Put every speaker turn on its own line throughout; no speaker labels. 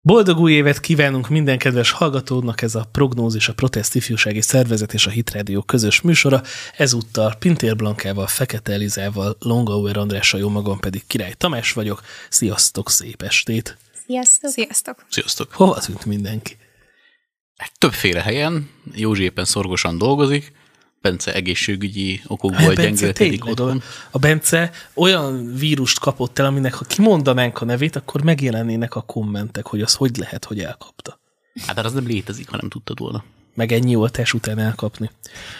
Boldog új évet kívánunk minden kedves hallgatónak, ez a Prognózis, a Protest Ifjúsági Szervezet és a Hit Radio közös műsora, ezúttal Pintér Blankával, Fekete Elizával, Longauer Andrással, jó magam pedig Király Tamás vagyok. Sziasztok, szép estét!
Sziasztok!
Sziasztok!
Sziasztok.
Hova tűnt mindenki?
Hát Többféle helyen, Józsi éppen szorgosan dolgozik, Bence egészségügyi okokból
Hát Bence
gyengélkedik
tényleg a-
otthon.
A Bence olyan vírust kapott el, aminek ha kimondanánk a nevét, akkor megjelennének a kommentek, hogy az hogy lehet, hogy elkapta.
Hát hát az nem létezik, ha nem tudtad volna.
Meg ennyi oltás után elkapni.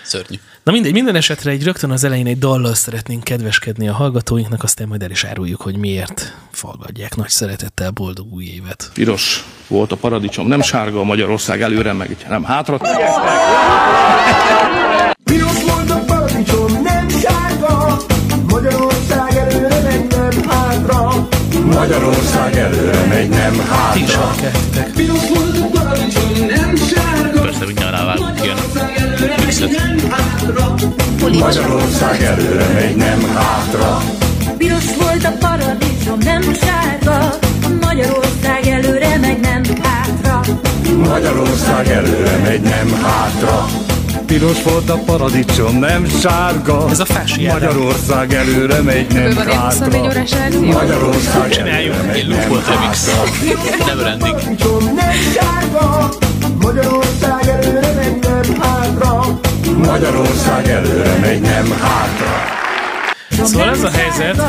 Szörnyű.
Na mindegy, minden esetre egy rögtön az elején egy dallal szeretnénk kedveskedni a hallgatóinknak, aztán majd el is áruljuk, hogy miért fallgatják nagy szeretettel boldog új évet.
Piros volt a paradicsom, nem sárga a Magyarország előre, meg nem hátra.
Piros volt a paradicsom, nem sárga Magyarország előre megy, nem hátra Magyarország előre megy, nem hátra
Ti is hallgatjátok.
Piros volt a paradicsom, nem sárga
Persze, hogy ne rávágunk ilyen.
Magyarország előre megy, nem hátra Magyarország előre megy, nem hátra
Piros volt a paradicsom, nem sárga Magyarország előre megy, nem hátra
Magyarország előre megy, nem hátra Piros volt a paradicsom, nem sárga
Ez a Fási Ádám.
Magyarország előre megy, nem
Van egy 24
hátra
órás verzió?
Magyarország
Csináljuk.
előre megy,
Egy
nem
loop volt remix.
hátra
Never ending.
Magyarország előre megy, nem hátra. Magyarország előre megy, nem hátra.
Szóval ez a helyzet,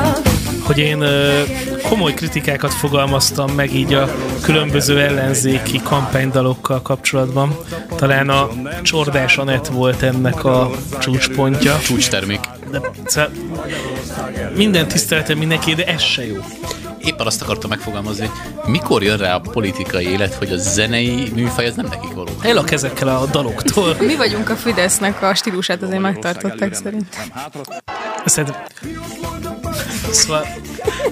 hogy én ö, komoly kritikákat fogalmaztam meg így a különböző ellenzéki kampánydalokkal kapcsolatban. Talán a Csordás Anett volt ennek a csúcspontja.
Csúcs termék.
De, szóval minden tiszteletem mindenki, de ez se jó.
Éppen azt akartam megfogalmazni, hogy mikor jön rá a politikai élet, hogy a zenei műfaj ez nem nekik való.
El a kezekkel a daloktól.
Mi vagyunk a Fidesznek a stílusát, azért megtartották szerint.
Szerintem... Szóval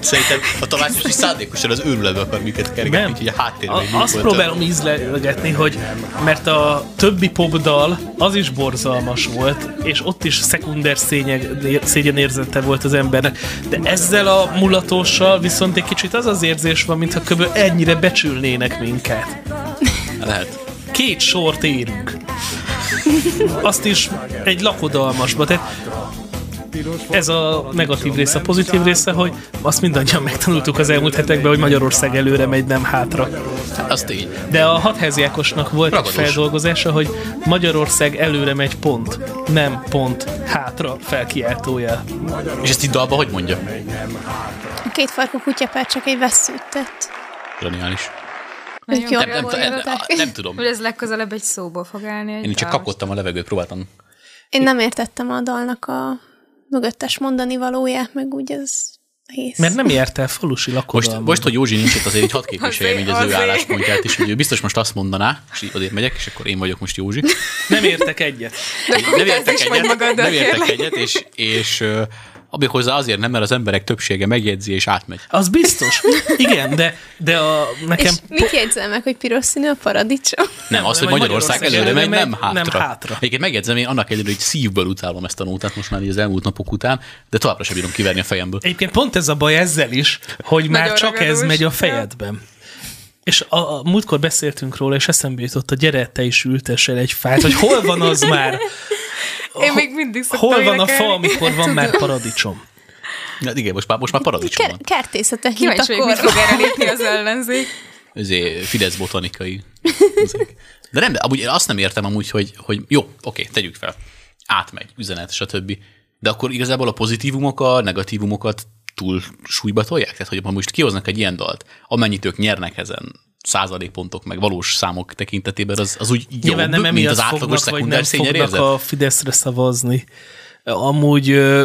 Szerintem a tanácsos is szándékosan az őrületbe akar minket kergetni,
nem.
úgyhogy a háttérben egy
A, azt
loop volt.
próbálom ízlegetni, hogy mert a többi popdal az is borzalmas volt, és ott is szekunder szényeg, szégyen érzete volt az embernek. De ezzel a mulatóssal viszont egy kicsit az az érzés van, mintha kb. ennyire becsülnének minket.
Lehet.
két sort érünk. Azt is egy lakodalmasba. Tehát ez a negatív része, a pozitív része, hogy azt mindannyian megtanultuk az elmúlt hetekben, hogy Magyarország előre megy, nem hátra.
Az tény.
De a hatháziákosnak volt egy
Ragadós.
feldolgozása, hogy Magyarország előre megy pont, nem pont, hátra felkiáltója.
És ezt itt dalban hogy mondja?
A két farkú kutyapár csak egy vesszőt tett.
Zseniális.
Nagyon
jó.
jó.
Nem, nem,
Jól
nem,
írták.
nem tudom.
Hogy ez legközelebb egy szóból fog állni. egy
Én csak
dal.
kapkodtam a levegőt, próbáltam.
Én nem értettem a dalnak a mögöttes mondani valóját, meg úgy ez hész.
Mert nem járt el falusi
Most,
lakodalmat.
most, hogy Józsi nincs itt, azért így hadd képviseljem
Azért,
így az ő
azért.
álláspontját is, hogy ő biztos most azt mondaná, és így odébb megyek, és akkor én vagyok most Józsi.
Nem értek egyet.
Nem értek
is vagy
egyet,
magaddal,
nem értek
kérlek.
egyet és, és ö, abban hozzá azért nem, mert az emberek többsége megjegyzi és átmegy.
Az biztos. Igen, de, de a, nekem...
És mit jegyzel meg, hogy piros színű a paradicsom?
Nem,
Nem,
az, hogy
hanem, hogy
Magyarország előre megy, nem hátra.
nem hátra.
Egyébként megjegyzem, én annak ellenére, hogy szívből utálom ezt a nótát most már így az elmúlt napok után, de továbbra sem bírom kiverni a fejemből.
Egyébként pont ez a baj ezzel is, hogy már
Nagyon
csak
ragadós.
ez megy a fejedben. És a, a múltkor beszéltünk róla, és eszembe jutott, hogy gyere, te is ültess el egy fát, hogy hol van az már,
Én még mindig szoktam
hol van a fa,
énekelni.
amikor van már paradicsom.
Na, Hát igen, most már, most már paradicsom van.
Ker- kertészete hit
Kíváncsi vagyok, mit
akkor.
fog erre lépni az ellenzék.
Ezé, Izé, Fidesz botanikai. Ezek. De nem, de amúgy én azt nem értem amúgy, hogy, hogy jó, oké, tegyük fel. Átmegy, üzenet, stb. De akkor igazából a pozitívumok a negatívumokat túl súlyba tolják? Tehát, hogy ha most kihoznak egy ilyen dalt, amennyit ők nyernek ezen százalékpontok, meg valós számok tekintetében, az, az úgy jobb,
Nyilván nem
mint
emiatt
az átlagos
fognak, vagy nem
szekundár szényer
fognak
érzet.
a Fideszre szavazni. Amúgy ö,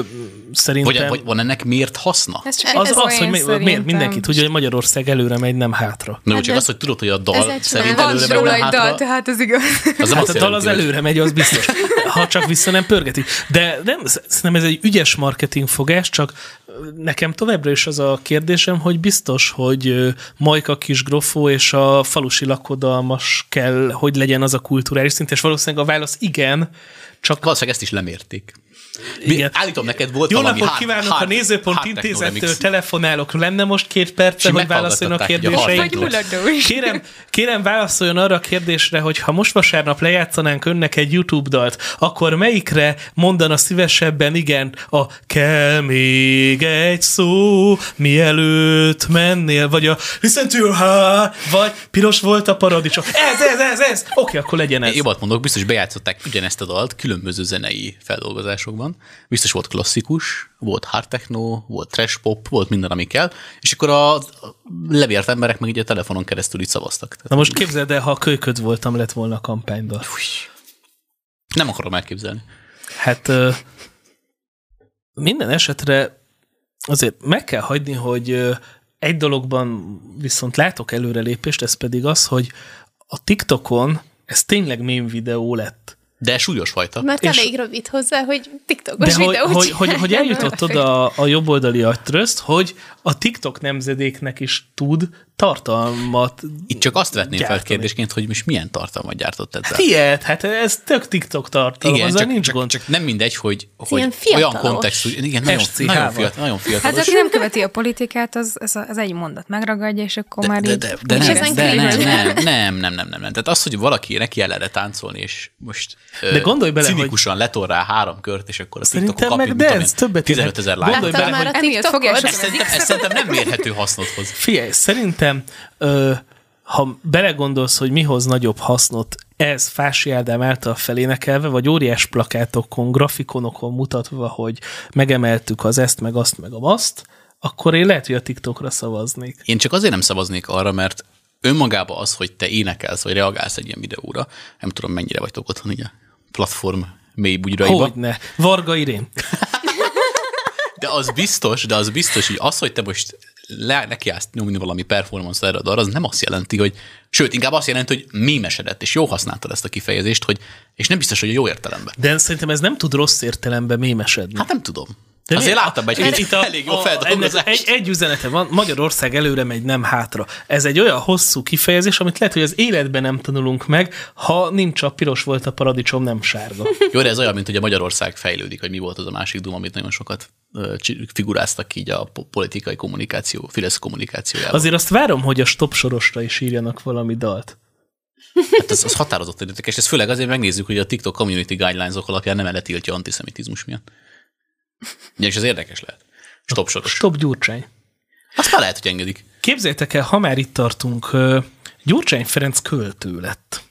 szerintem...
Vagy, vagy van ennek miért haszna?
Ez csak
az,
ez
az, hogy mi-
szerintem.
miért mindenki tudja, hogy Magyarország előre megy, nem hátra.
Na, jó,
hát
csak az, hogy tudod, hogy a
ez
dal
egy
szerint
csinál-
Van
előre megy,
róla
nem
egy
hátra,
dal, tehát ez igaz.
az nem
Hát
azt
a dal az
jelenti, hogy-
előre megy, az biztos. Ha csak vissza nem pörgetik. De nem, szerintem ez egy ügyes marketingfogás, csak nekem továbbra is az a kérdésem, hogy biztos, hogy ö, Majka Kisgrofó és a falusi lakodalmas kell, hogy legyen az a kulturális szint, és valószínűleg a válasz igen, csak
Valószínűleg ezt is lemérték.
Igen.
Igen. Állítom neked, volt
Jó
valami
napot
hard-
kívánok a
hard-
Nézőpont
hard
Intézettől,
technomix.
telefonálok. Lenne most két perce,
Simán
hogy válaszoljon a
meghallgattatták, ugye,
kérdéseim?
Vagy
Vagy
mulató is.
Kérem, kérem, válaszoljon arra a kérdésre, hogy ha most vasárnap lejátszanánk önnek egy YouTube dalt, akkor melyikre mondana szívesebben igen a kell még egy szó, mielőtt mennél, vagy a listen to your heart, vagy piros volt a paradicsom. Ez, ez, ez, ez! Oké, okay, akkor legyen ez.
Én jobbat mondok, biztos bejátszották ugyanezt a dalt különböző zenei feldolgozásokban. Biztos volt klasszikus, volt hard techno, volt trash pop, volt minden, ami kell, és akkor a a levért emberek meg így a telefonon keresztül itt szavaztak. Tehát
Na most képzeld el, ha kölyköd voltam, lett volna a kampányban.
nem akarom elképzelni.
Hát ö, minden esetre azért meg kell hagyni, hogy ö, egy dologban viszont látok előrelépést, ez pedig az, hogy a TikTokon ez tényleg mém videó lett.
De súlyos fajta.
Mert
És-
elég rövid hozzá, hogy TikTokos
De hogy,
videót
hogy, hogy, hogy
csináljon.
eljutott oda a, a jobboldali agytrözt, hogy a TikTok nemzedéknek is tud tartalmat.
Itt csak azt vetném fel
Gyártani.
kérdésként, hogy most milyen tartalmat gyártott ezzel.
Ilyet, hát ez tök TikTok tartalom, igen, azzal csak, nincs
csak,
gond.
csak nem mindegy, hogy,
ilyen
hogy olyan
fiatalos.
kontextus, igen, nagyon,
SCH-val.
nagyon, fiatal, nagyon
Hát
fiatalos.
aki nem követi a politikát, az, az, az egy mondat megragadja, és akkor már
de,
így...
de, de,
És
nem,
ezen
de nem,
kívül-
nem, nem, nem, nem, nem, nem. Tehát az, hogy valaki neki el erre táncolni, és most
De gondolj bele,
cinikusan hogy... letor rá három kört, és akkor a TikTokon
Szerintem
kapja,
meg
mit tudom
dance
én,
többet ér.
15 ezer
Gondolj
lájkot.
bele,
Láttál már a
hogy- Emiatt fogja
TikTokot?
a
Ez szerintem, ez szerintem nem mérhető hasznot hoz.
Figyelj, szerintem, ö, ha belegondolsz, hogy mihoz nagyobb hasznot ez Fási Ádám által felénekelve, vagy óriás plakátokon, grafikonokon mutatva, hogy megemeltük az ezt, meg azt, meg a azt, akkor én lehet, hogy a TikTokra szavaznék.
Én csak azért nem szavaznék arra, mert önmagában az, hogy te énekelsz, vagy reagálsz egy ilyen videóra, nem tudom, mennyire vagytok otthon így a platform mély bugyraiba.
Hogyne. Varga Irén.
De az biztos, de az biztos, hogy az, hogy te most le, nekiállsz nyomni valami performance erre arra, az nem azt jelenti, hogy, sőt, inkább azt jelenti, hogy mémesedett, és jó használtad ezt a kifejezést, hogy, és nem biztos, hogy jó értelemben.
De szerintem ez nem tud rossz értelemben mémesedni.
Hát nem tudom.
De
De Azért
miért?
láttam egy
Mert
itt a, elég jó feldolgozást.
ennek Egy, egy üzenete van, Magyarország előre megy, nem hátra. Ez egy olyan hosszú kifejezés, amit lehet, hogy az életben nem tanulunk meg, ha nincs a piros volt a paradicsom, nem sárga.
Jó, de ez olyan, mint hogy a Magyarország fejlődik, hogy mi volt az a másik duma, amit nagyon sokat ö, csi- figuráztak ki így a po- politikai kommunikáció, Fidesz kommunikációjában. Az,
Azért azt várom, hogy a stop sorosra is írjanak valami dalt.
hát ez, az határozott érdekes, és ez főleg azért megnézzük, hogy a TikTok community guidelines alapján nem eletiltja antiszemitizmus miatt. Ugye, és ez érdekes lehet. Stop soros.
Stop Gyurcsány.
Azt már lehet, hogy engedik.
Képzeljétek el, ha már itt tartunk, ö, Gyurcsány Ferenc költő lett.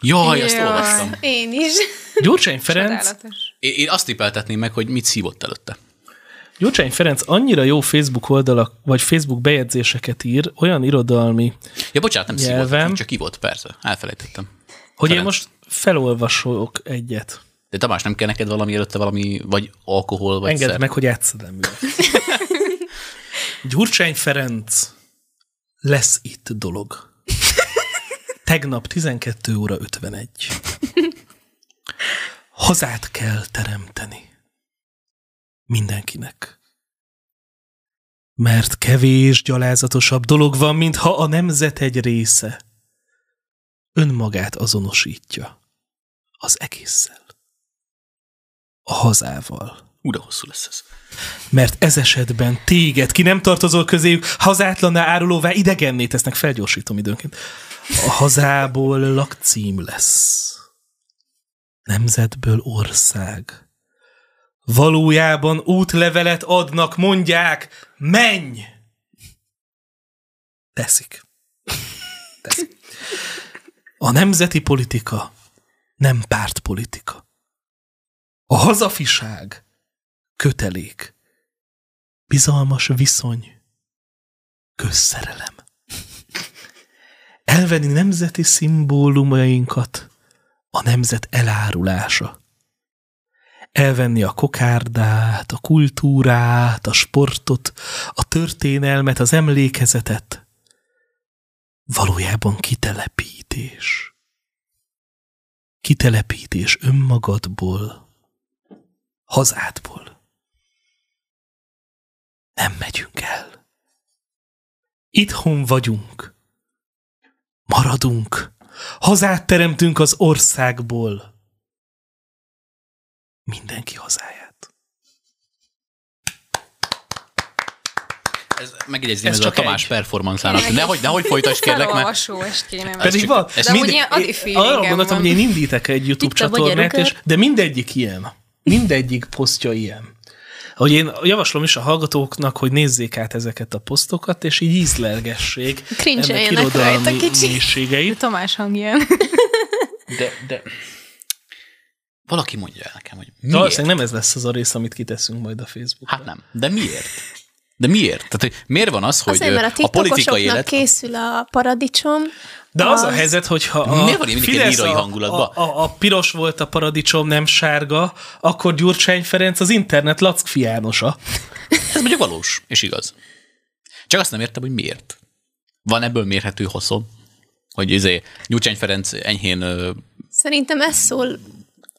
Jaj, ezt
Jaj.
olvastam.
Én is.
Gyurcsány Ferenc
Csodálatos.
Én, én azt tippeltetném meg, hogy mit szívott előtte.
Gyurcsány Ferenc annyira jó Facebook oldalak, vagy Facebook bejegyzéseket ír, olyan irodalmi,
Ja, bocsánat, nem
Nyelvem.
szívott, csak ivott, persze. Elfelejtettem.
hogy én
Ferenc.
most felolvasok egyet.
De Tamás, nem kell neked valami előtte valami, vagy alkohol, vagy
Engedd
szer?
meg, hogy átszedem őket. Gyurcsány Ferenc, lesz itt dolog. Tegnap 12 óra 51. Hazát kell teremteni. Mindenkinek. Mert kevés gyalázatosabb dolog van, mintha a nemzet egy része önmagát azonosítja az egésszel. A hazával
Ú, de hosszú lesz ez.
mert ez esetben téged, ki nem tartozol közéjük, hazátlaná árulóvá idegenné tesznek, felgyorsítom időnként. A hazából lakcím lesz. Nemzetből ország. Valójában útlevelet adnak, mondják, menj! Teszik. Teszik. A nemzeti politika nem pártpolitika. A hazafiság kötelék bizalmas viszony, közszerelem. Elvenni nemzeti szimbólumainkat, a nemzet elárulása. Elvenni a kokárdát, a kultúrát, a sportot, a történelmet, az emlékezetet. Valójában kitelepítés. Kitelepítés önmagadból, hazádból nem megyünk el. Itthon vagyunk. Maradunk. Hazát teremtünk az országból. Mindenki hazáját.
Ez megjegyezném,
Ez
ez, ez a
csak
Tamás
egy.
performanszának. Nehogy, nehogy folytasd kérlek, mert
Felolvasó est kéne.
Ez
Pedig
csak-
van.
ez
de
mind-
amúgy
ilyen adi feelingem
Arra gondoltam, hogy
van.
én indítek egy YouTube
Itt a vagy
csatornát,
erőkör.
és, de mindegyik ilyen. Mindegyik posztja ilyen. Hogy én javaslom is a hallgatóknak, hogy nézzék át ezeket a posztokat, és így ízlelgessék
Cringe-eljenek
ennek irodalmi
rajta kicsit.
mélységeit.
Tamás hangján.
de, de... Valaki mondja el nekem, hogy
De
miért?
valószínűleg nem ez lesz az a rész, amit kiteszünk majd a Facebookra.
Hát nem. De miért? De miért? Tehát, hogy miért van az, hogy
Azért, mert a
ö, a politikai
tiktokosoknak
élet... Hát,
készül a paradicsom.
De az, a helyzet, hogyha a
Miért van így mindig egy lírai
a,
hangulatba?
A, a, a piros volt a paradicsom, nem sárga, akkor Gyurcsány Ferenc az internet lack fiánosa.
Ez mondjuk valós, és igaz. Csak azt nem értem, hogy miért. Van ebből mérhető haszon? Hogy izé, Gyurcsány Ferenc enyhén ö,
Szerintem ez szól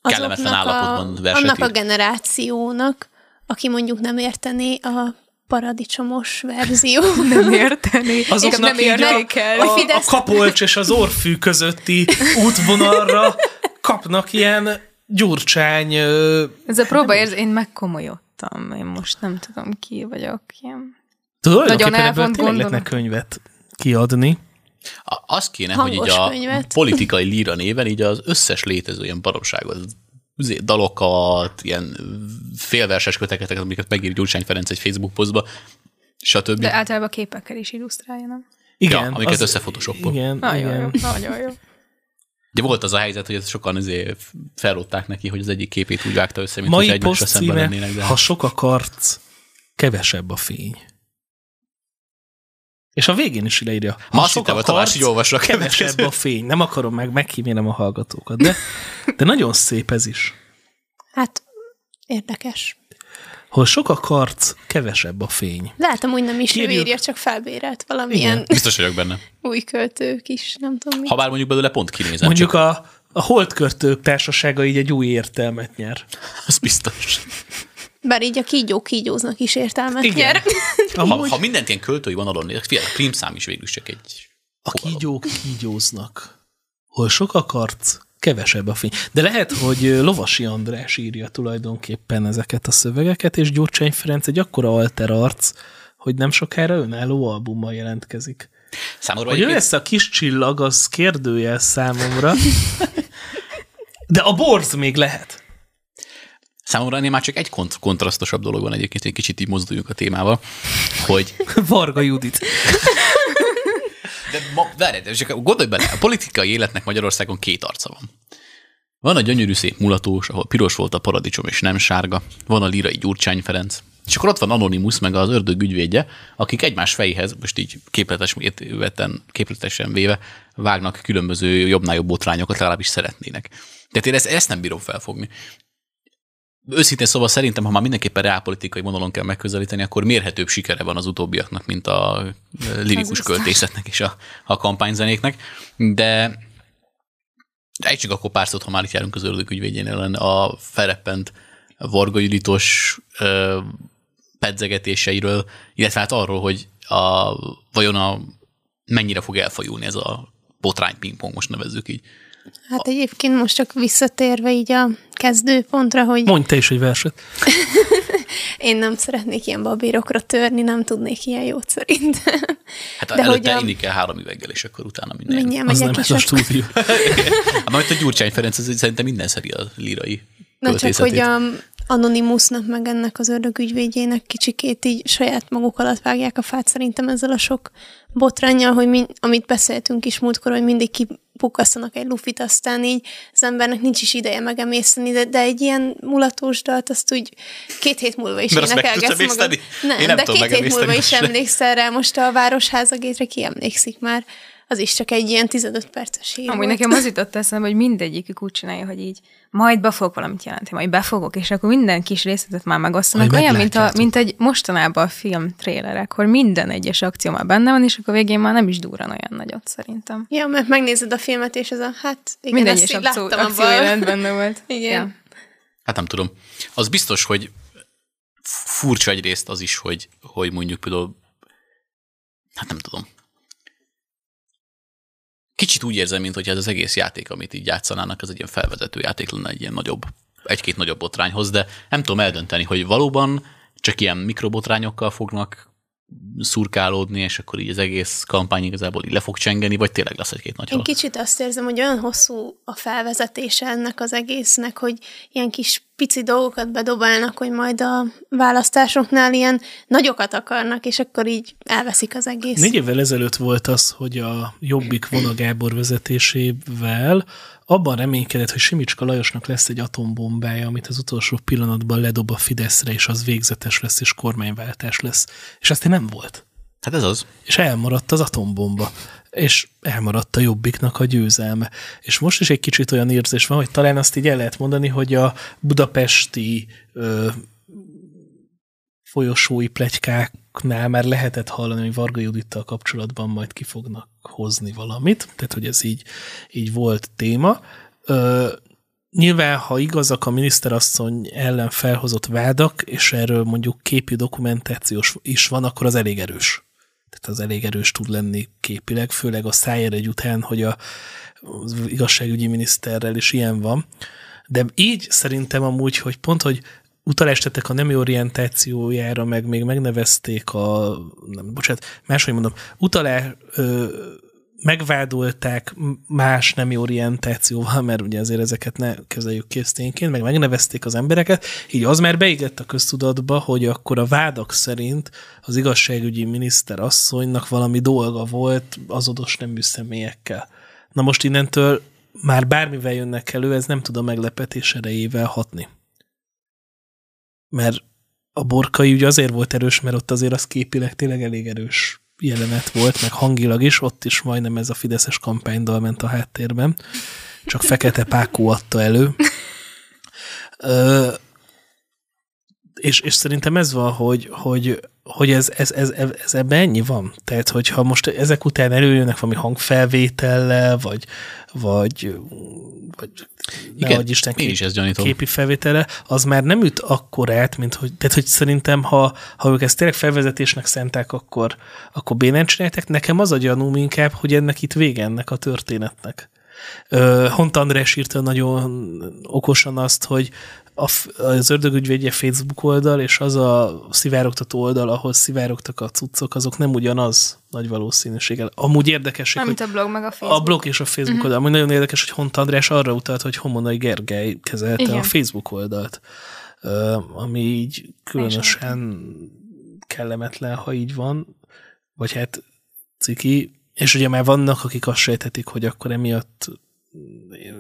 Kellemetlen
azoknak a,
állapotban verset
annak a
ír.
generációnak, aki mondjuk nem értené a paradicsomos verzió.
Nem érteni.
Azoknak
nem
így a-
értékel.
A, a
Fidesz-
kapolcs és az orfű közötti útvonalra kapnak ilyen gyurcsány... ö,
Ez a próba érz, én megkomolyodtam. Én most nem tudom ki vagyok. Ilyen.
Tulajdonképpen
Nagyon
ebből
elvont
tényleg
gondolom.
lehetne könyvet kiadni.
a- az kéne, hogy így
Hangos
a
könyvet.
politikai líra néven így az összes létező ilyen baromságot, izé, dalokat, ilyen félverses köteketeket, amiket megír Gyurcsány Ferenc egy Facebook posztba, stb.
De általában képekkel is illusztrálja, nem?
Igen.
amiket összefotosoppol.
Igen,
Nagyon jó,
igen.
nagyon jó.
Ugye volt az a helyzet, hogy ezt sokan izé felrótták neki, hogy az egyik képét úgy vágta össze, mint hogy
Mai
egymásra
poszt
szemben
címe,
lennének. De...
ha sok akarsz, kevesebb a fény. És a végén is leírja. Ha
Ma azt
sok
hittem, a Tamás így olvasra a
kevesebb
következőt.
a fény. Nem akarom meg, meghívnélem a hallgatókat, de, de nagyon szép ez is.
Hát érdekes.
Hol sok akarsz, kevesebb a fény.
Lehet amúgy nem is ő
Kérjük.
írja, csak felbérelt valamilyen
Igen.
Biztos vagyok benne.
új költők is, nem tudom mi.
Ha bár mondjuk belőle pont kinézem,
Mondjuk a, a holdkörtők társasága így egy új értelmet nyer.
csak az biztos.
Bár így a kígyók kígyóznak is értelmet
Igen.
nyer.
Ha,
Amúgy
ha mindent ilyen költői vonalon nézek, figyelj, a prímszám is végül is csak egy...
a kígyók kígyóznak. Hol sok akarsz, kevesebb a fény. De lehet, hogy ö, Lovasi András írja tulajdonképpen ezeket a szövegeket, és Gyurcsány Ferenc egy akkora alter arc, hogy nem sokára önálló albummal jelentkezik.
Számomra
Hogy ő
egyébként
lesz a kis csillag, az kérdőjel számomra. De a borz még lehet.
Számomra ennél már csak egy kont- kontrasztosabb dolog van egyébként, egy kicsit így mozduljunk a témával, hogy...
Varga Judit.
De ma, várj, de csak gondolj bele, a politikai életnek Magyarországon két arca van. Van a gyönyörű szép mulatós, ahol piros volt a paradicsom és nem sárga, van a lirai Gyurcsány Ferenc, és akkor ott van Anonymous, meg az ördög ügyvédje, akik egymás fejéhez, most így képletes, veten, képletesen véve, vágnak különböző jobbnál jobb botrányokat, legalábbis szeretnének. Tehát én ezt, ezt nem bírom felfogni őszintén szóval szerintem, ha már mindenképpen reálpolitikai vonalon kell megközelíteni, akkor mérhetőbb sikere van az utóbbiaknak, mint a ö, lirikus költészetnek és a, a kampányzenéknek. De ejtsünk akkor pár szót, ha már itt járunk az ördög ügyvédjénél, lenne a felreppent Varga Juditos ö, pedzegetéseiről, illetve hát arról, hogy a, vajon a, mennyire fog elfajulni ez a botrány pingpong, most nevezzük így.
Hát egyébként most csak visszatérve így a kezdőpontra, hogy
Mondj te is egy verset.
én nem szeretnék ilyen babérokra törni, nem tudnék ilyen jót szerintem.
Hát
De hogy
előtte
a-
inni kell három üveggel, és akkor utána minden.
Mindjárt
Az
megyek
nem
is.
ez a stúdió.
Hát majd a Gyurcsány Ferenc, ez szerintem minden szeri a lírai
Na csak,
költészetét.
hogy a Anonymousnak meg ennek az ördögügyvédjének kicsikét így saját maguk alatt vágják a fát szerintem ezzel a sok botránnyal, hogy mi, amit beszéltünk is múltkor, hogy mindig kipukasztanak egy lufit, aztán így az embernek nincs is ideje megemészteni, de, de egy ilyen mulatós dalt azt úgy két hét múlva is
Mert azt meg tudsz
énekelgetsz magad.
emészteni?
Nem,
Én nem
de
tudom
két hét múlva
megemészteni
is
most se.
emlékszel rá, most a Városháza gétre ki emlékszik már. Az is csak egy ilyen 15 perces hír
Amúgy
volt.
nekem az jutott eszembe, hogy mindegyikük úgy csinálja, hogy így majd be fogok valamit jelenteni, majd befogok, és akkor minden kis részletet már megosztanak.
Majd
Olyan, mint, a,
meglátjátok.
mint egy mostanában a film trélerek, hogy minden egyes akció már benne van, és akkor végén már nem is durran olyan nagyot szerintem.
Ja, mert megnézed a filmet, és ez a, hát igen,
Minden
ezt
egyes
így
akció,
láttam
akció
abban.
jelent benne volt.
Igen.
Hát nem tudom. Az biztos, hogy furcsa egyrészt az is, hogy, hogy mondjuk például, hát nem tudom. Kicsit úgy érzem, mint hogy ez az egész játék, amit így játszanának, ez egy ilyen felvezető játék lenne egy ilyen nagyobb, egy-két nagyobb botrányhoz, de nem tudom eldönteni, hogy valóban csak ilyen mikrobotrányokkal fognak szurkálódni, és akkor így az egész kampány igazából így le fog csengeni, vagy tényleg lesz egy-két nagy
Én
halál.
kicsit azt érzem, hogy olyan hosszú a felvezetése ennek az egésznek, hogy ilyen kis pici dolgokat bedobálnak, hogy majd a választásoknál ilyen nagyokat akarnak, és akkor így elveszik az egész.
Négy évvel ezelőtt volt az, hogy a Jobbik Vona Gábor vezetésével abban reménykedett, hogy Simicska Lajosnak lesz egy atombombája, amit az utolsó pillanatban ledob a Fideszre, és az végzetes lesz, és kormányváltás lesz. És aztán nem volt.
Hát ez az.
és elmaradt az atombomba, és elmaradt a jobbiknak a győzelme. És most is egy kicsit olyan érzés van, hogy talán azt így el lehet mondani, hogy a budapesti ö, folyosói plegykáknál már lehetett hallani, hogy Varga Judittal kapcsolatban majd ki fognak hozni valamit, tehát hogy ez így, így volt téma. Ö, nyilván, ha igazak a miniszterasszony ellen felhozott vádak, és erről mondjuk képi dokumentációs is van, akkor az elég erős tehát az elég erős tud lenni képileg, főleg a szájeregy után, hogy a, az igazságügyi miniszterrel is ilyen van. De így szerintem amúgy, hogy pont, hogy utalást tettek a nemi orientációjára, meg még megnevezték a, nem, bocsánat, máshogy mondom, utalás, ö, megvádolták m- más nemi orientációval, mert ugye azért ezeket ne kezeljük készténként, meg megnevezték az embereket, így az már beégett a köztudatba, hogy akkor a vádak szerint az igazságügyi miniszter asszonynak valami dolga volt azonos nemű személyekkel. Na most innentől már bármivel jönnek elő, ez nem tud a meglepetés erejével hatni. Mert a borkai ugye azért volt erős, mert ott azért az képileg tényleg elég erős jelenet volt, meg hangilag is, ott is majdnem ez a fideszes kampánydal ment a háttérben, csak Fekete Pákó adta elő. Ö, és, és szerintem ez van, hogy, hogy, hogy ez, ez, ez, ez ebben ennyi van. Tehát, hogyha most ezek után előjönnek valami hangfelvétellel, vagy, vagy, vagy
Igen,
ne adj Isten
én
kép-
is ezt gyanítom.
képi felvétele, az már nem üt akkor át, mint hogy, tehát hogy szerintem, ha, ha ők ezt tényleg felvezetésnek szenták, akkor, akkor bénán csinálták. Nekem az a gyanúm inkább, hogy ennek itt vége ennek a történetnek. Ö, Hont András írta nagyon okosan azt, hogy a, f- az ördögügyvédje Facebook oldal, és az a szivárogtató oldal, ahol szivárogtak a cuccok, azok nem ugyanaz nagy valószínűséggel. Amúgy érdekes, hogy
Amit a blog, meg a Facebook.
a blog és a Facebook uh-huh. oldal. Ami nagyon érdekes, hogy Hont András arra utalt, hogy Homonai Gergely kezelte Igen.
Igen.
a Facebook oldalt. Ö, ami így különösen kellemetlen, ha így van. Vagy hát ciki. És ugye már vannak, akik azt sejthetik, hogy akkor emiatt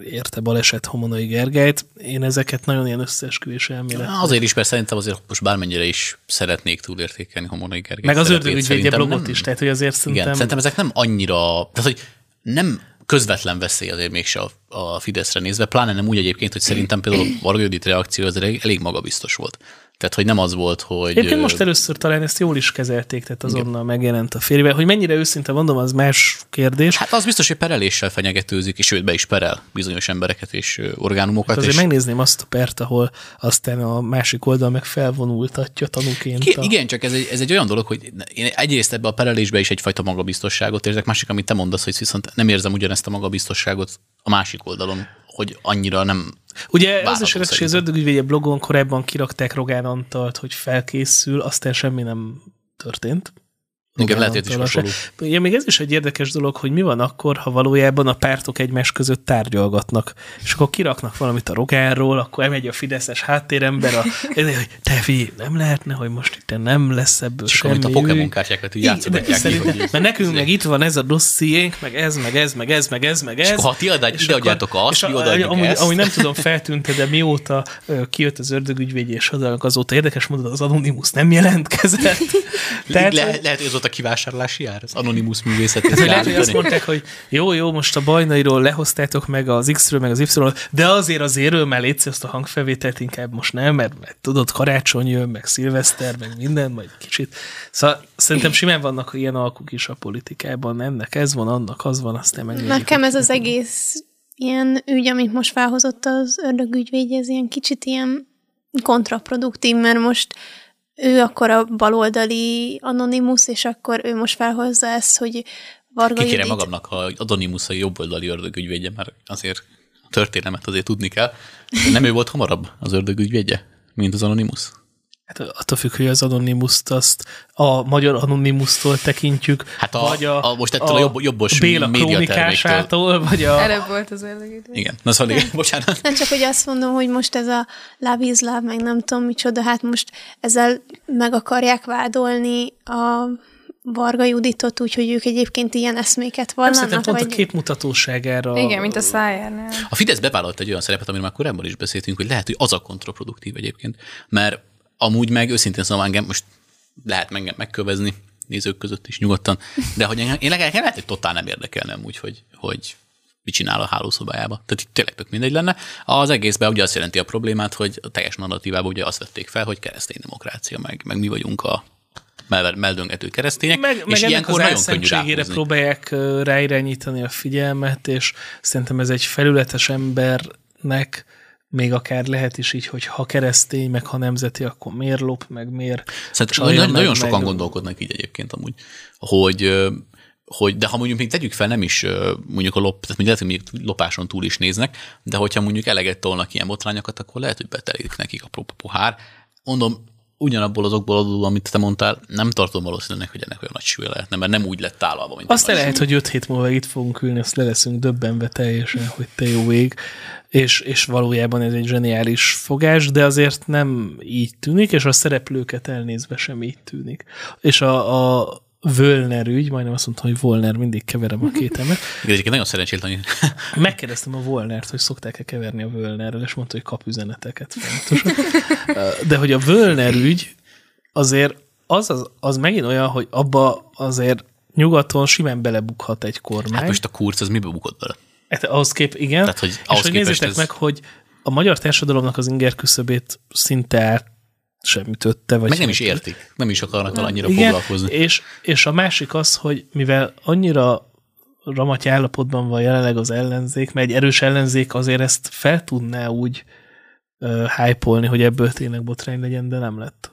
érte baleset Homonai Gergelyt. Én ezeket nagyon ilyen összeesküvés elmélet.
Azért is, mert szerintem azért most bármennyire is szeretnék túlértékelni Homonai Gergely
Meg az
szerepét,
ördögügyvédje
szerintem
blogot
nem-
is, tehát hogy azért
Igen,
szerintem...
szerintem... szerintem ezek nem annyira, tehát hogy nem közvetlen veszély azért mégse a, a Fideszre nézve, pláne nem úgy egyébként, hogy szerintem például Varga Judit reakció az elég, elég magabiztos volt. Tehát, hogy nem az volt, hogy...
Egyébként
ö,
most először talán ezt jól is kezelték, tehát azonnal megjelent a férjével. Hogy mennyire őszinte mondom, az más kérdés. Hát,
Hát az biztos, hogy pereléssel fenyegetőzik, és sőt, be is perel bizonyos embereket és ö, orgánumokat.
Hát azért
hát és
megnézném azt a pert, ahol aztán a másik oldal meg felvonultatja tanúként.
Ki,
a...
igen, csak ez egy, ez egy olyan dolog, hogy én egyrészt ebbe a perelésbe is egyfajta magabiztosságot érzek, másik, amit te mondasz, hogy viszont nem érzem ugyanezt a magabiztosságot a másik oldalon, hogy annyira nem...
Ugye az
Várható
is érdekes, hogy az
szerintem.
ördögügyvédje blogon korábban kirakták Rogán Antalt, hogy felkészül, aztán semmi nem történt.
Igen,
Rogán
lehet, hogy ez is
Antallal szóval, se.
hasonló.
Ja, még ez is egy érdekes dolog, hogy mi van akkor, ha valójában a pártok egymás között tárgyalgatnak, és akkor kiraknak valamit a Rogánról, akkor elmegy a Fideszes háttérember, a, hogy te figyelj, nem lehetne, hogy most itt nem lesz ebből
Csak
semmi
amit a Pokémon
ügy."
kártyákat így
Igen, de
játszogatják ki,
szerintem-
hogy így-
Mert nekünk meg itt van ez a dossziénk, meg ez, meg ez, meg ez, meg ez, meg ez.
akkor ha ti adjátok-
És
ide
akkor-
adjátok azt,
és
mi odaadjuk
amúgy,
ezt.
amúgy nem tudom, feltűnt de mióta ö, kijött az ördögügyvédje, és adalak azóta érdekes módon az Anonymous nem jelentkezett.
Tehát,
Tehát,
le,
hogy-
lehet, hogy ez volt a kivásárlási ár, az anonimus művészetét
hogy lehet, hogy azt
leállítani.
mondták, hogy jó, jó, most a bajnairól lehoztátok meg az X-ről, meg az Y-ről, de azért az éről már létszik azt a hangfelvételt inkább most nem, mert, mert tudod, karácsony jön, meg szilveszter, meg minden, majd kicsit. Szóval
Hm.
szerintem simán vannak ilyen alkuk is a politikában, ennek ez van, annak az van, aztán megnézzük.
Nekem ez az egész ilyen ügy, amit most felhozott az ördögügyvédje, ez ilyen kicsit ilyen kontraproduktív, mert most ő akkor a baloldali anonimus, és akkor ő most felhozza ezt, hogy Varga
Kikérem
Judit-
magamnak, ha Adonimus a jobb oldali ördögügyvédje, mert azért a történelmet azért tudni kell. Nem ő volt hamarabb az ördögügyvédje, mint az Anonymous?
Hát attól függ, hogy az anonimuszt azt a magyar anonimustól tekintjük,
Hát a- a- most ettől a jobb- jobbos
Béla
médiaterméktől.
krónikásától, vagy a...
Előbb volt az ördögügyvéd.
Igen. Na szóval igen, bocsánat.
Nem csak, hogy azt mondom, hogy most ez a love is love, meg nem tudom micsoda, hát most ezzel meg akarják vádolni a Varga Juditot, úgyhogy ők egyébként ilyen eszméket
Nem szerintem
vallanak,
pont a
vagy
képmutatóságára...
Igen, mint a szájárnál.
A Fidesz bevállalt egy olyan szerepet, amiről már korábban is beszéltünk, hogy lehet, hogy az a kontraproduktív egyébként, mert amúgy meg őszintén szóval engem most lehet engem megkövezni nézők között is nyugodtan, de hogy engem, én legalább lehet, hogy totál nem érdekelne úgy, hogy, hogy mit csinál a hálószobájába. Tehát itt tényleg tök mindegy lenne. Az egészben ugye azt jelenti a problémát, hogy a teljes narratívában ugye azt vették fel, hogy keresztény demokrácia, meg, meg mi vagyunk a mel- meldöngető keresztények,
Meg, meg
és
ennek az
ilyenkor nagyon könnyű
elszentségére
ráhúzni.
próbálják ö, ráirányítani a figyelmet, és szerintem ez egy felületes embernek még akár lehet is így, hogy ha keresztény, meg ha nemzeti, akkor miért lop, meg miért
Szerintem
csalja
nagyon,
meg,
nagyon sokan
meg-
gondolkodnak így egyébként amúgy, hogy, ö, hogy de ha mondjuk még tegyük fel, nem is ö, mondjuk a lop, tehát mondjuk lehet, hogy mondjuk lopáson túl is néznek, de hogyha mondjuk eleget tolnak ilyen botrányokat, akkor lehet, hogy betelik nekik a pró- pohár. Mondom, ugyanabból azokból adódóan, amit te mondtál, nem tartom valószínűleg, hogy ennek olyan nagy súlya lehetne, mert nem úgy lett tálalva, mint
Azt
a nagy
lehet, hogy öt hét múlva itt fogunk ülni, azt le leszünk döbbenve teljesen, hogy te jó ég, és, és valójában ez egy zseniális fogás, de azért nem így tűnik, és a szereplőket elnézve sem így tűnik. És a, a Völner ügy, majdnem azt mondtam, hogy Volner, mindig keverem a két emet.
Igen, Egyébként nagyon szerencsétlen, hogy
Megkérdeztem a Volnert, hogy szokták-e keverni a Völnerrel, és mondta, hogy kap üzeneteket. folyamatosan. De hogy a Völner ügy azért az, az, az megint olyan, hogy abba azért nyugaton simán belebukhat egy kormány.
hát most a kurc az mibe bukott bele.
Hát ahhoz kép, igen.
Tehát, hogy ahhoz
és hogy
képest
nézzétek ez...
ez-
meg, hogy a magyar társadalomnak az inger küszöbét szinte át sem ütötte. Vagy
Meg nem
sem
is
ütötte.
értik, nem is akarnak vele annyira
Igen,
foglalkozni.
és, és a másik az, hogy mivel annyira ramaty állapotban van jelenleg az ellenzék, mert egy erős ellenzék azért ezt fel tudná úgy uh, hype hogy ebből tényleg botrány legyen, de nem lett.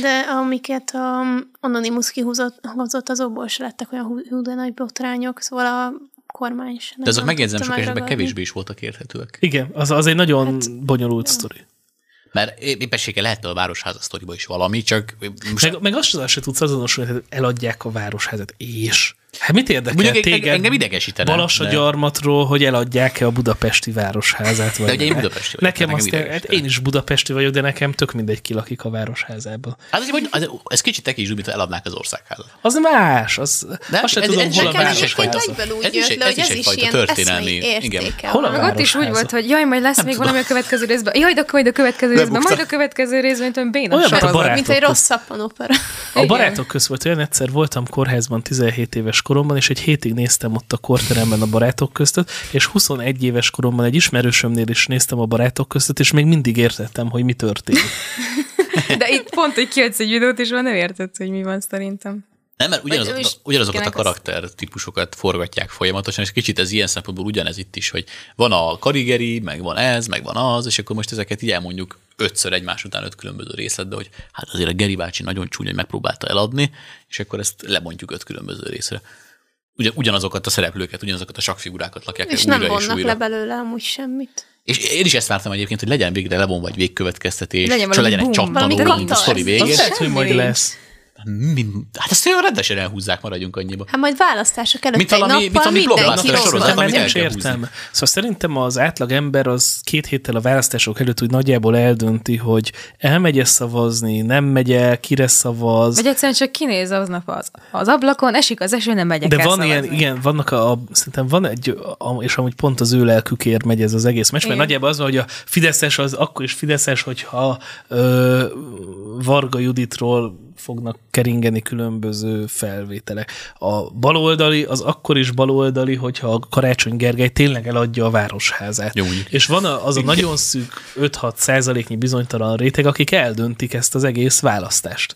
de amiket a Anonymous kihúzott hozott, azokból se lettek olyan hú- hú de nagy botrányok, szóval a kormány is.
De azok megjegyzem, sok esetben kevésbé is voltak érthetőek.
Igen, az, az egy nagyon
Hát,
hát, bonyolult sztori.
Mert éppessége lehet a városháza sztoriba is valami, csak most
Meg, meg azt se tudsz azonosulni, hogy eladják a városházat, és... Hát mit érdekel
Mondjuk en-
téged?
engem idegesítene.
Balassa
de-
gyarmatról, hogy eladják-e a budapesti városházát. Vagy
De ugye én
nem.
budapesti vagyok,
Nekem
tehát
azt,
engem
hát
idegesítene.
én is budapesti vagyok, de nekem tök mindegy ki lakik a városházában.
Hát azért, mondjuk, az, ez kicsit teki is, mint ha eladnák az országházat.
Az más, az,
De
de azt sem
ez-
tudom,
ez
hol a
nekem is
város.
egy fajta- ez is- ez is egyfajta történelmi- igen.
Hol a
Meg ott is úgy
városháza.
volt, hogy jaj, majd lesz még valami a következő részben. Jaj, de akkor majd a következő részben. Majd a következő részben, mint olyan béna
Olyan, mint a
sorozat.
barát.
Mint egy rossz szappanopera.
A barátok köz volt olyan, egyszer voltam kórházban 17 éves koromban, és egy hétig néztem ott a korteremben a barátok között, és 21 éves koromban egy ismerősömnél is néztem a barátok között, és még mindig értettem, hogy mi történik.
De itt pont, hogy kiadsz egy videót, és már nem érted, hogy mi van szerintem.
Nem, mert ugyanaz,
Vagy ő is
ugyanazokat a
kinek az-
karaktertípusokat forgatják folyamatosan, és kicsit ez ilyen szempontból ugyanez itt is, hogy van a karigeri, meg van ez, meg van az, és akkor most ezeket így elmondjuk ötször egymás után öt különböző részletbe, hogy hát azért a Geri bácsi nagyon csúnya megpróbálta eladni, és akkor ezt lebontjuk öt különböző részre. Ugyan, ugyanazokat a szereplőket, ugyanazokat a sakfigurákat lakják
És
újra
nem
és
vonnak
újra.
le belőle amúgy semmit.
És én is ezt vártam egyébként, hogy legyen végre levonva egy végkövetkeztetés,
Legyen
legyen csak
valami
legyen egy
boom,
csattanó,
valami
mint a
katarsz.
sztori
Az
végén.
lehet, hogy majd
Semmi.
lesz.
Mind, hát ezt olyan rendesen elhúzzák, maradjunk annyiba.
Hát majd választások előtt
Mint
egy
valami- mint
nappal
valami
mindenki
blockbuster
rosszul.
sorozat,
Már
amit el
nincs
kell húzni.
értelme. Szóval szerintem az átlag ember az két héttel a választások előtt úgy nagyjából eldönti, hogy elmegy szavazni, nem megy el, kire szavaz.
Vagy egyszerűen csak kinéz aznap az, az ablakon, esik az eső, nem megyek
De
el
van ilyen,
szavazni.
igen, vannak a, a szerintem van egy, a, és amúgy pont az ő lelkükért megy ez az egész meccs, mert
Igen.
nagyjából az van, hogy a Fideszes az akkor is Fideszes, hogyha ö, Varga Juditról fognak keringeni különböző felvételek. A baloldali az akkor is baloldali, hogyha a Karácsony Gergely tényleg eladja a városházát.
Jó, mondjuk.
És van a, az a nagyon szűk 5-6 százaléknyi bizonytalan réteg, akik eldöntik ezt az egész választást.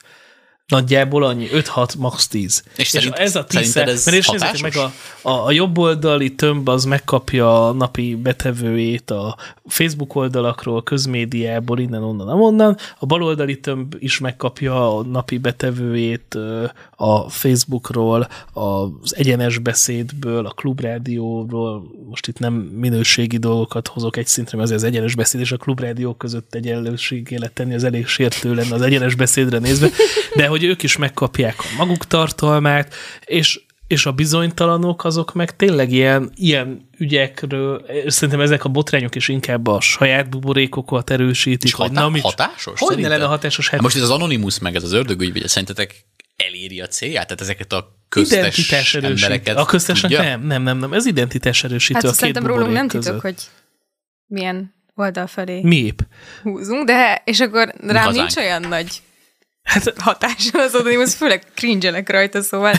Nagyjából annyi, 5-6, max 10.
És szerint-
ez a 10
szerinted ez
mert és nézzétek meg a,
hatásos?
a, a jobb oldali tömb az megkapja a napi betevőjét a Facebook oldalakról, közmédiából, innen, onnan, amonnan. A bal oldali tömb is megkapja a napi betevőjét ö, a Facebookról, az egyenes beszédből, a klubrádióról. Most itt nem minőségi dolgokat hozok egy szintre, mert azért az egyenes beszéd és a klubrádió között egyenlőségélet tenni, az elég sértő lenne az egyenes beszédre nézve, de hogy ők is megkapják a maguk tartalmát, és és a bizonytalanok azok meg tényleg ilyen, ilyen ügyekről, szerintem ezek a botrányok is inkább a saját buborékokat erősítik.
És
hogy
hatá-
na mit-
hatásos?
Hogy ne
szerinted?
lenne hatásos? Hát
Hát most ez az Anonymous, meg ez az ördögügyvéd, szerintetek eléri a célját? Tehát ezeket a
identitás
köztes
erősítő.
embereket
A köztesnek
tudja?
nem, nem, nem, nem. Ez identitás erősítő
Hát
a két
szerintem rólunk
buborék
nem
között.
titok, hogy milyen oldal felé
Miép?
húzunk, de és akkor rám
hazánk.
nincs olyan nagy hát hatása az anonimus, főleg cringe rajta, szóval,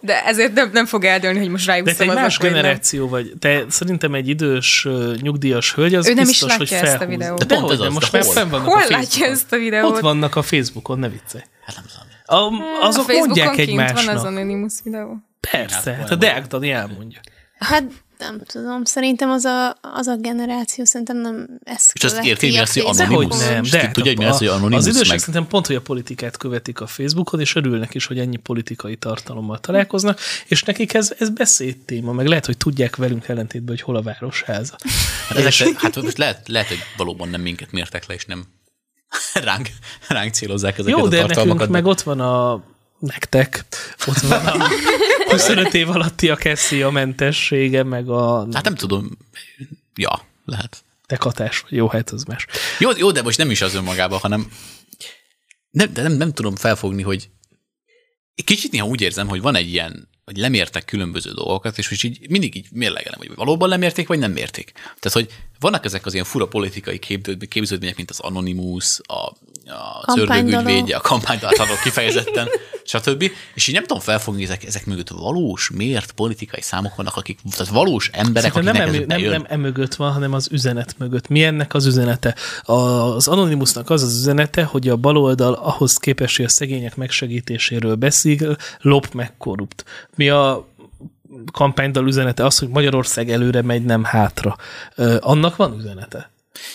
de ezért nem, nem fog eldőlni, hogy most rájuk
De te egy
szavazok,
más
vagy nem.
generáció vagy. Te szerintem egy idős ö, nyugdíjas hölgy, az
Ő nem is
biztos, hogy
látja ezt a
felhúz.
videót.
De,
De
pont ez az, most
de
már
hol?
fenn vannak a
Hol
Facebookon.
látja ezt a videót? Hmm,
Ott vannak a Facebookon, ne viccelj.
Hát nem tudom.
A, azok
a Facebookon
mondják
kint
egymásnak.
van az anonimus videó.
Persze,
Hát,
hát a Deák Dani elmondja.
Hát nem tudom, szerintem az a, az a generáció szerintem nem ezt
És azt
követi
érti, mi
a
az, hogy
Facebook.
Dehogy
anonimus?
nem,
És
de
ki
hát
tudja, hogy mi
a-
az, hogy anonimus
Az idősek
meg-
szerintem pont, hogy a politikát követik a Facebookon, és örülnek is, hogy ennyi politikai tartalommal találkoznak, és nekik ez, ez beszédtéma, meg lehet, hogy tudják velünk ellentétben, hogy hol a városháza.
Hát, ezek, hát most lehet, lehet, hogy valóban nem minket mértek le, és nem ránk, ránk célozzák ezeket
Jó,
a
de nekünk
tartalmakat.
meg ott van a nektek, ott van a 25 év alatti a Cassie a mentessége, meg a
Hát nem tudom. Ja, lehet.
te katás vagy. Jó, hát az más.
Jó, jó, de most nem is az önmagában, hanem nem, de nem, nem tudom felfogni, hogy kicsit néha úgy érzem, hogy van egy ilyen, hogy lemértek különböző dolgokat, és most így mindig így mérlegelem, hogy valóban lemérték, vagy nem mérték. Tehát, hogy vannak ezek az ilyen fura politikai képződmények, képződmények mint az Anonymous, a, a
Kampánydaló.
szördögügyvédje, a kampánytartaló kifejezetten, stb. És így nem tudom felfogni, ezek, ezek mögött valós, mért politikai számok vannak, akik, tehát valós emberek,
Szerintem nem,
akiknek nem, ez
emög, nem,
bejön.
nem emögött van, hanem az üzenet mögött. Mi ennek az üzenete? Az Anonymousnak az az üzenete, hogy a baloldal ahhoz képest, hogy a szegények megsegítéséről beszél, lop meg korrupt. Mi a kampánydal üzenete az, hogy Magyarország előre megy, nem hátra. Ö, annak van üzenete?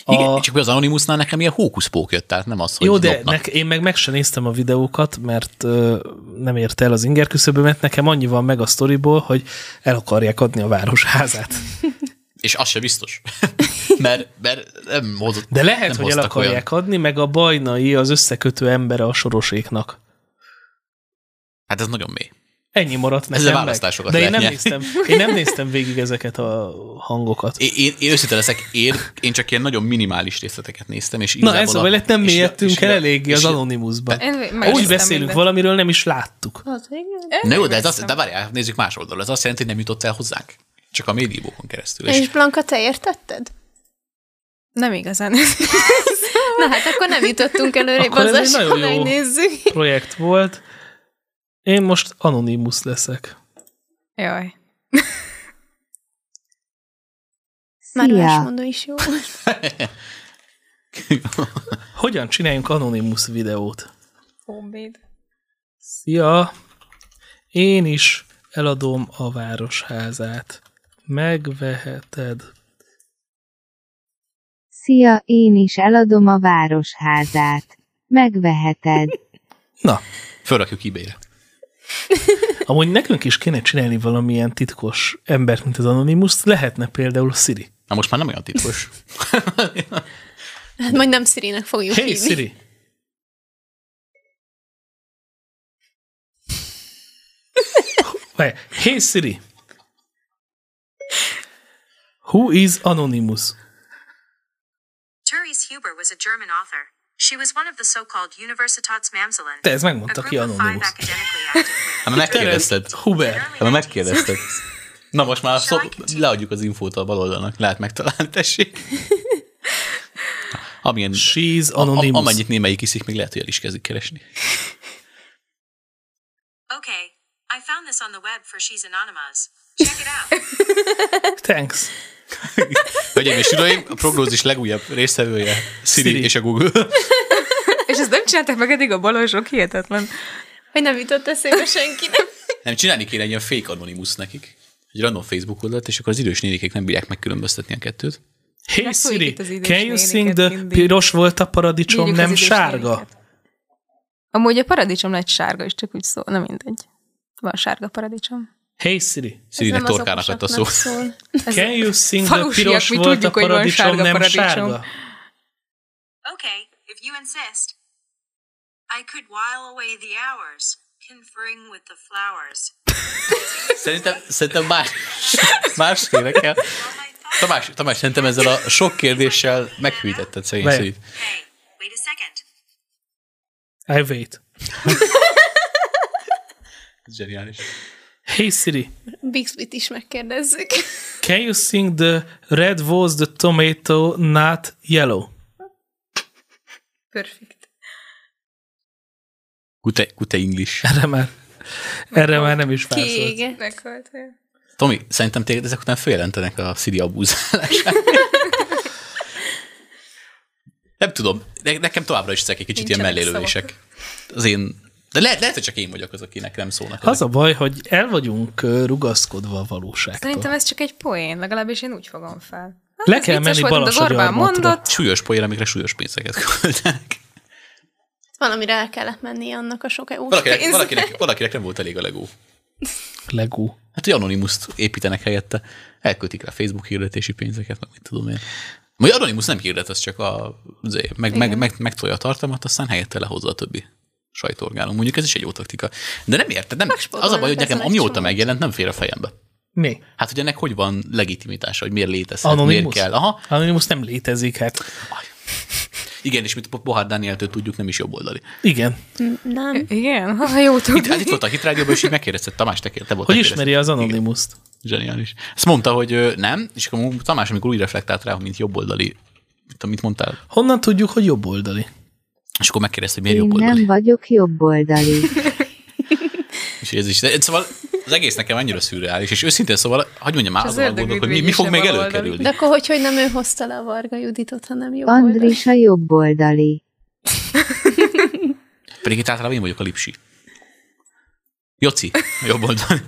Igen,
A-
csak az Anonymousnál nekem ilyen hókuszpók jött, tehát nem az, hogy
Jó, de
lopnak.
nek, én meg meg sem néztem a videókat, mert ö, nem ért el az inger küszöbömet. Nekem annyi van meg a sztoriból, hogy el akarják adni a városházát.
És az se biztos. mert, mert nem hozott,
De lehet,
nem
hogy el
hoztak Olyan.
akarják olyan. adni, meg a bajnai az összekötő embere a soroséknak.
Hát ez nagyon mély.
Ennyi maradt nekem
Ezzel
meg.
választásokat
De én
lehet
nem,
nyerni.
néztem, én nem néztem végig ezeket a hangokat.
Én, én, én őszinte leszek, én, én csak ilyen nagyon minimális részleteket néztem, és
Na
igazából
ez a baj lett, nem
és- és-
mélyedtünk el eléggé
és-
az Anonymousban.
Én meg
Úgy
néztem
beszélünk
mindent.
valamiről, nem is láttuk.
Az, Hát igen.
Na jó, de, ez azt,
Megnéztem.
de várjál, nézzük más oldalról. Ez azt jelenti, hogy nem jutott el hozzánk. Csak a médiumokon keresztül. És
És Blanka, te értetted?
Nem igazán. Szóval-
Na hát akkor nem jutottunk előre,
Akkor ez egy
bazzas, ha
nagyon jó-
megnézzük.
Projekt volt. Én most Anonymous leszek.
Jaj.
Már
Szia.
másmondó is jó.
Hogyan csináljunk Anonymous videót?
Honvéd.
Szia! Én is eladom a városházát. Megveheted.
Szia, én is eladom a városházát. Megveheted.
Na,
fölrakjuk ebay-re.
Amúgy nekünk is kéne csinálni valamilyen titkos embert, mint az Anonymous, lehetne például Siri.
Na most már nem olyan titkos.
Hát majd nem Szirinek fogjuk
Hey
hívni.
Siri! Várj, Hey Siri! Who is Anonymous?
Therese Huber was a German author. She was one of the so-called Universitätsmamselen.
Te, ez
a
megmondta
group
ki
of five
Anonymous.
academically active women.
Hát már megkérdezted.
Huber.
Hát már megkérdezted. Na most már szó, leadjuk az infót a baloldalnak. Lehet megtalálni, tessék. Amilyen
She's
A,
Anonymous.
amennyit némelyik iszik, még lehet, hogy el is kezdik keresni.
Okay, I found this on the web for She's Anonymous. Check it out.
Thanks.
Hölgyeim és uraim, a prognózis legújabb résztvevője
Siri.
Siri, Siri és a Google.
És ezt nem csinálták meg eddig a Balázsok, hihetetlen.
Hogy nem jutott eszébe senkinek.
Nem, csinálni kéne egy ilyen fake anonimus nekik. Egy random Facebook oldalt, és akkor az idős nénikék nem bírják megkülönböztetni a kettőt.
Hey
Reszoljuk
Siri,
itt az idős
can you sing
néniket
the
mindig.
piros volt a paradicsom,
Bírjuk az
nem
idős
sárga?
lényeket. Amúgy a paradicsom nagy sárga, és csak úgy szól, na mindegy. Van sárga paradicsom.
Hey Siri,
Szívinek
nem az
torkának lett a szó.
okosaknak szól.
can you sing the
falusiak,
piros
mi
volt a
tudjuk, hogy van
paradicsom,
sárga
nem
paradicsom.
sárga?
Okay, if you insist. I could while away the hours, conferring with the flowers.
Szerintem, szerintem más, másféle kell. Tamás, Tamás, szerintem ezzel a sok kérdéssel meghűjtetted szegény
Vej.
Szirit.
Hey, wait a second.
I wait.
Ez Zseniális.
Hey Siri,
Bixbit is megkérdezzük.
can you sing the red was the tomato, not yellow?
Perfekt.
Kute, kute English.
Erre már, erre már nem is válaszolt.
Kiége.
Meghaltél.
Tomi, szerintem téged ezek után följelentenek a Siri abúzálását. Nem tudom, ne, nekem továbbra is ezek egy kicsit ilyen
Nincsenek
mellélövések. Az én... De lehet, lehet, hogy csak én vagyok az, akinek nem szólnak. ezek.
Az a baj, hogy el vagyunk ö, rugaszkodva a valóságtól.
Szerintem ez csak egy poén, legalábbis én úgy fogom fel. Hát,
Le
ez
kell
vicces
menni
volt, amit az
Balassagyarmatra.
Orbán mondott,
Súlyos poén, amikre súlyos pénzeket költenek.
Valamire el kellett menni annak a sok EU-s
Valakinek,
pénz.
valakinek, valakinek nem volt elég a legó.
Legó.
Hát, hogy anonimus építenek helyette, elköltik rá Facebook hirdetési pénzeket, meg mit tudom én. Mondjuk anonimus nem hirdet, az csak a, azért, meg, meg, meg, megtolja a tartalmat, aztán helyette lehozza a többi sajtóorgánum. Mondjuk ez is egy jó taktika. De nem érted, nem, az a baj, hogy
ezzel
nekem
egy
amióta
csomó.
megjelent, nem fér a fejembe.
Mi?
Hát, hogy ennek hogy van legitimitása, hogy miért létezhet,
Anonymous?
miért kell. Aha,
Anonymous nem létezik, hát
igen, és mint Bohár Dánieltől tudjuk, nem is jobboldali. Hát
igen.
Nem.
Igen, ha jó
Itt, hát
tudni.
itt volt a hit rádióban, és így megkérdezted, Tamás, te, kér- te voltál
Hogy
kérdezted.
ismeri az anonimuszt?
Zseniális. Ezt mondta, hogy ö, nem, és akkor mú- Tamás, amikor úgy reflektált rá, mint jobboldali, mint amit mondtál,
Honnan tudjuk, hogy jobboldali?
és akkor megkérdezte, hogy miért
Én
jobboldali.
nem vagyok jobboldali.
És ez is. De, szóval az egész nekem annyira szürreális, és őszintén szóval, hogy mondjam már
És az
azon aggódok, hogy mi, mi fog
ördögügyvédje
még
sem
előkerülni.
De akkor hogy, hogy nem ő hozta le a Varga Juditot, hanem jó oldal.
Andris a jobboldali.
Pedig itt általában én vagyok a lipsi. Joci, a jobboldali.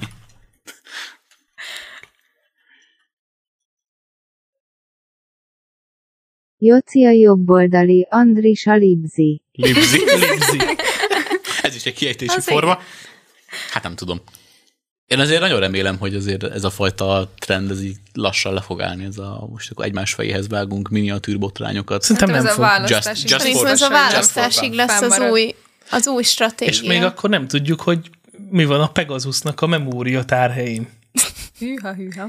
Joci a jobboldali, Andris a libzi.
Lipsi. Lipsi. Ez is egy kiejtési
Az
forma. Hát nem tudom. Én azért nagyon remélem, hogy azért ez a fajta trend, ez így lassan le fog állni, ez a most akkor egymás fejéhez vágunk miniatűrbotrányokat.
Szerintem nem
Hát ez
fog.
a választási
Just- just
kampány.
Szerintem ez a
Just for-
választásig lesz az
Fennmarad.
új, az új stratégia.
És még akkor nem tudjuk, hogy mi van a Pegasusnak a memória tárhelyén.
Hűha, hűha.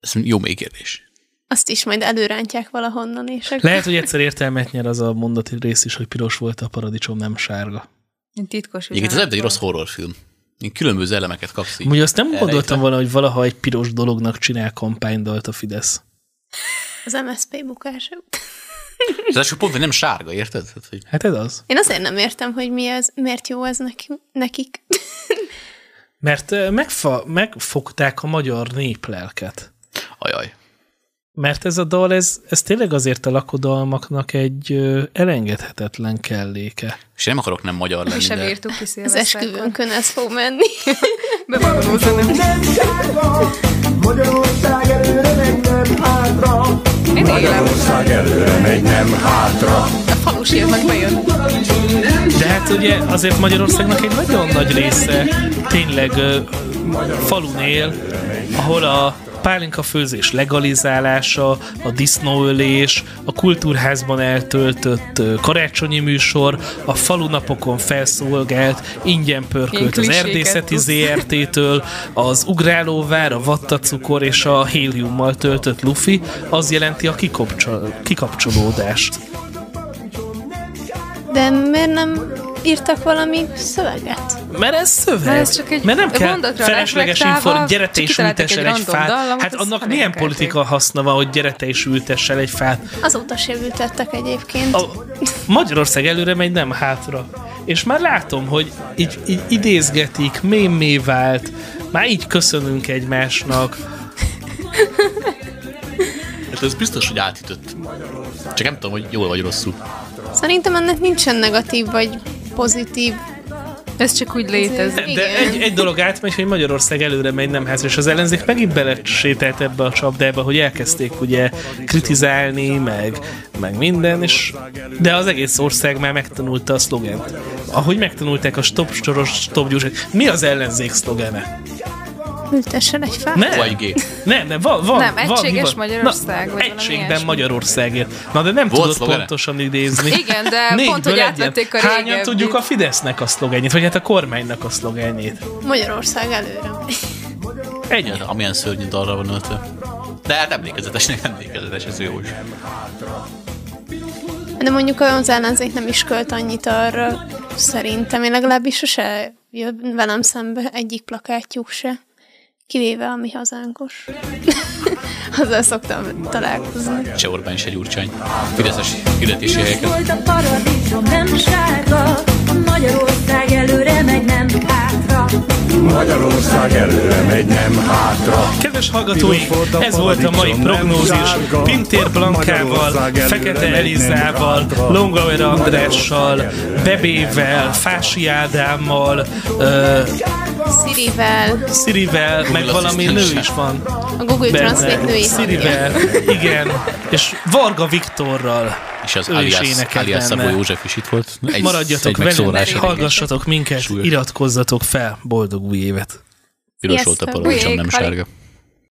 Ez jó mély kérdés.
Azt is majd előrántják valahonnan, és akkor...
Lehet, hogy egyszer értelmet nyer az a mondati rész is, hogy piros volt a paradicsom, nem sárga.
Egy titkos
Egyébként ez
üzenet
nem egy
volt.
rossz horrorfilm. Én különböző elemeket kapsz így.
Ugye azt nem
Elrejtve.
gondoltam volna, hogy valaha egy piros dolognak csinál kampánydalt a Fidesz.
Az MSZP bukása.
Ez első pont, hogy nem sárga, érted? Hát, hogy
Hát ez az.
Én azért nem értem, hogy mi ez, miért jó ez neki, nekik.
Mert ö, megfa, megfogták a magyar néplelket.
ajaj.
Mert ez a dal, ez, ez tényleg azért a lakodalmaknak egy ö, elengedhetetlen kelléke.
És én nem akarok nem magyar
Mi
lenni,
sem
de
írtuk ki
Az
szilveszterkor.
esküvőnkön ez fog menni.
Nem sárga, Magyarország előre megy, nem hátra.
Én élem.
Magyarország előre megy, nem hátra.
A falusiaknak bejön.
De hát ugye azért Magyarországnak egy nagyon nagy része tényleg ö, falun él, ahol a pálinka főzés legalizálása, a disznóölés, a kultúrházban eltöltött ö, karácsonyi műsor, a falunapokon felszolgált, ingyen pörkölt az
Ilyen kliséket
erdészeti
tudsz.
ZRT-től, az ugrálóvár, a vattacukor és a héliummal töltött lufi, az jelenti a kikopcsol- kikapcsolódást.
De miért nem írtak valami szöveget?
Mert ez szöveg.
Mert ez csak egy
Mert nem kell
mondatra
felesleges
reflektálva,
inform, gyere te
csak
és ültess
kitaláltak
el
egy
egy
random
fát.
dallamot,
hát
az
annak
elég
milyen
elköltjük.
politika haszna van, hogy gyere te és ültess el egy fát?
Azóta se ültettek egyébként.
A Magyarország előre megy, nem hátra. És már látom, hogy így, így idézgetik, mémé vált, már így köszönünk egymásnak.
hát ez biztos, hogy átütött. Csak nem tudom, hogy jól vagy rosszul.
Szerintem ennek nincsen negatív vagy pozitív
Ez csak úgy létezik.
Igen.
De egy, egy dolog átmegy, hogy Magyarország előre megy nem hátra, és az ellenzék megint belesételt ebbe a csapdába, hogy elkezdték ugye kritizálni, meg, meg minden, és de az egész ország már megtanulta a szlogent. Ahogy megtanulták a stop soros, stop gyors, mi az ellenzék szlogene?
Ültessen egy fát.
Nem,
Vagy gép.
nem, nem, van, van,
Nem,
van,
egységes
hivat-
Magyarország,
Na,
vagy valami
egységben
ilyesmi.
Magyarországért. Na, de nem
Volt
tudod
szlogene?
pontosan idézni.
Igen, de
Négyből
pont, hogy
egyet.
átvették a
Hányan
régebbit.
tudjuk a Fidesznek a szlogenjét, vagy hát a kormánynak a szlogenjét?
Magyarország előre.
Ennyi.
Ja, amilyen szörnyű dalra van öltve. De hát emlékezetesnek emlékezetes, ez jó is.
De mondjuk az ellenzék nem is költ annyit arra, szerintem. Én legalábbis sose jön velem szembe egyik plakátjuk se. Kivéve a mi hazánkos. Azzal szoktam találkozni.
Se Orbán, se Gyurcsány. Fideszes hirdetési
Piros
helyeken.
volt a paradicsom, nem sárga, Magyarország előre megy, nem hátra.
Magyarország előre megy, nem hátra.
Kedves hallgatóink, ez volt a mai prognózis Pintér Blankával, Fekete Elizával, Longauer Andrással, Bebével, Fási Ádámmal, ö,
Szirivel,
Szirivel, meg valami nő is van
a Google Translate
benne.
női hangja.
Szirivel, igen, és Varga Viktorral.
És az
Ő is
alias,
énekel
alias Szabó
benne.
József is itt volt. Egy,
Maradjatok
egy
velünk,
megszólása.
hallgassatok minket,
Súlyos.
iratkozzatok fel, boldog új évet!
Piros volt a
Sziasztok.
paradicsom, nem
Ujjjj, Kali.
sárga.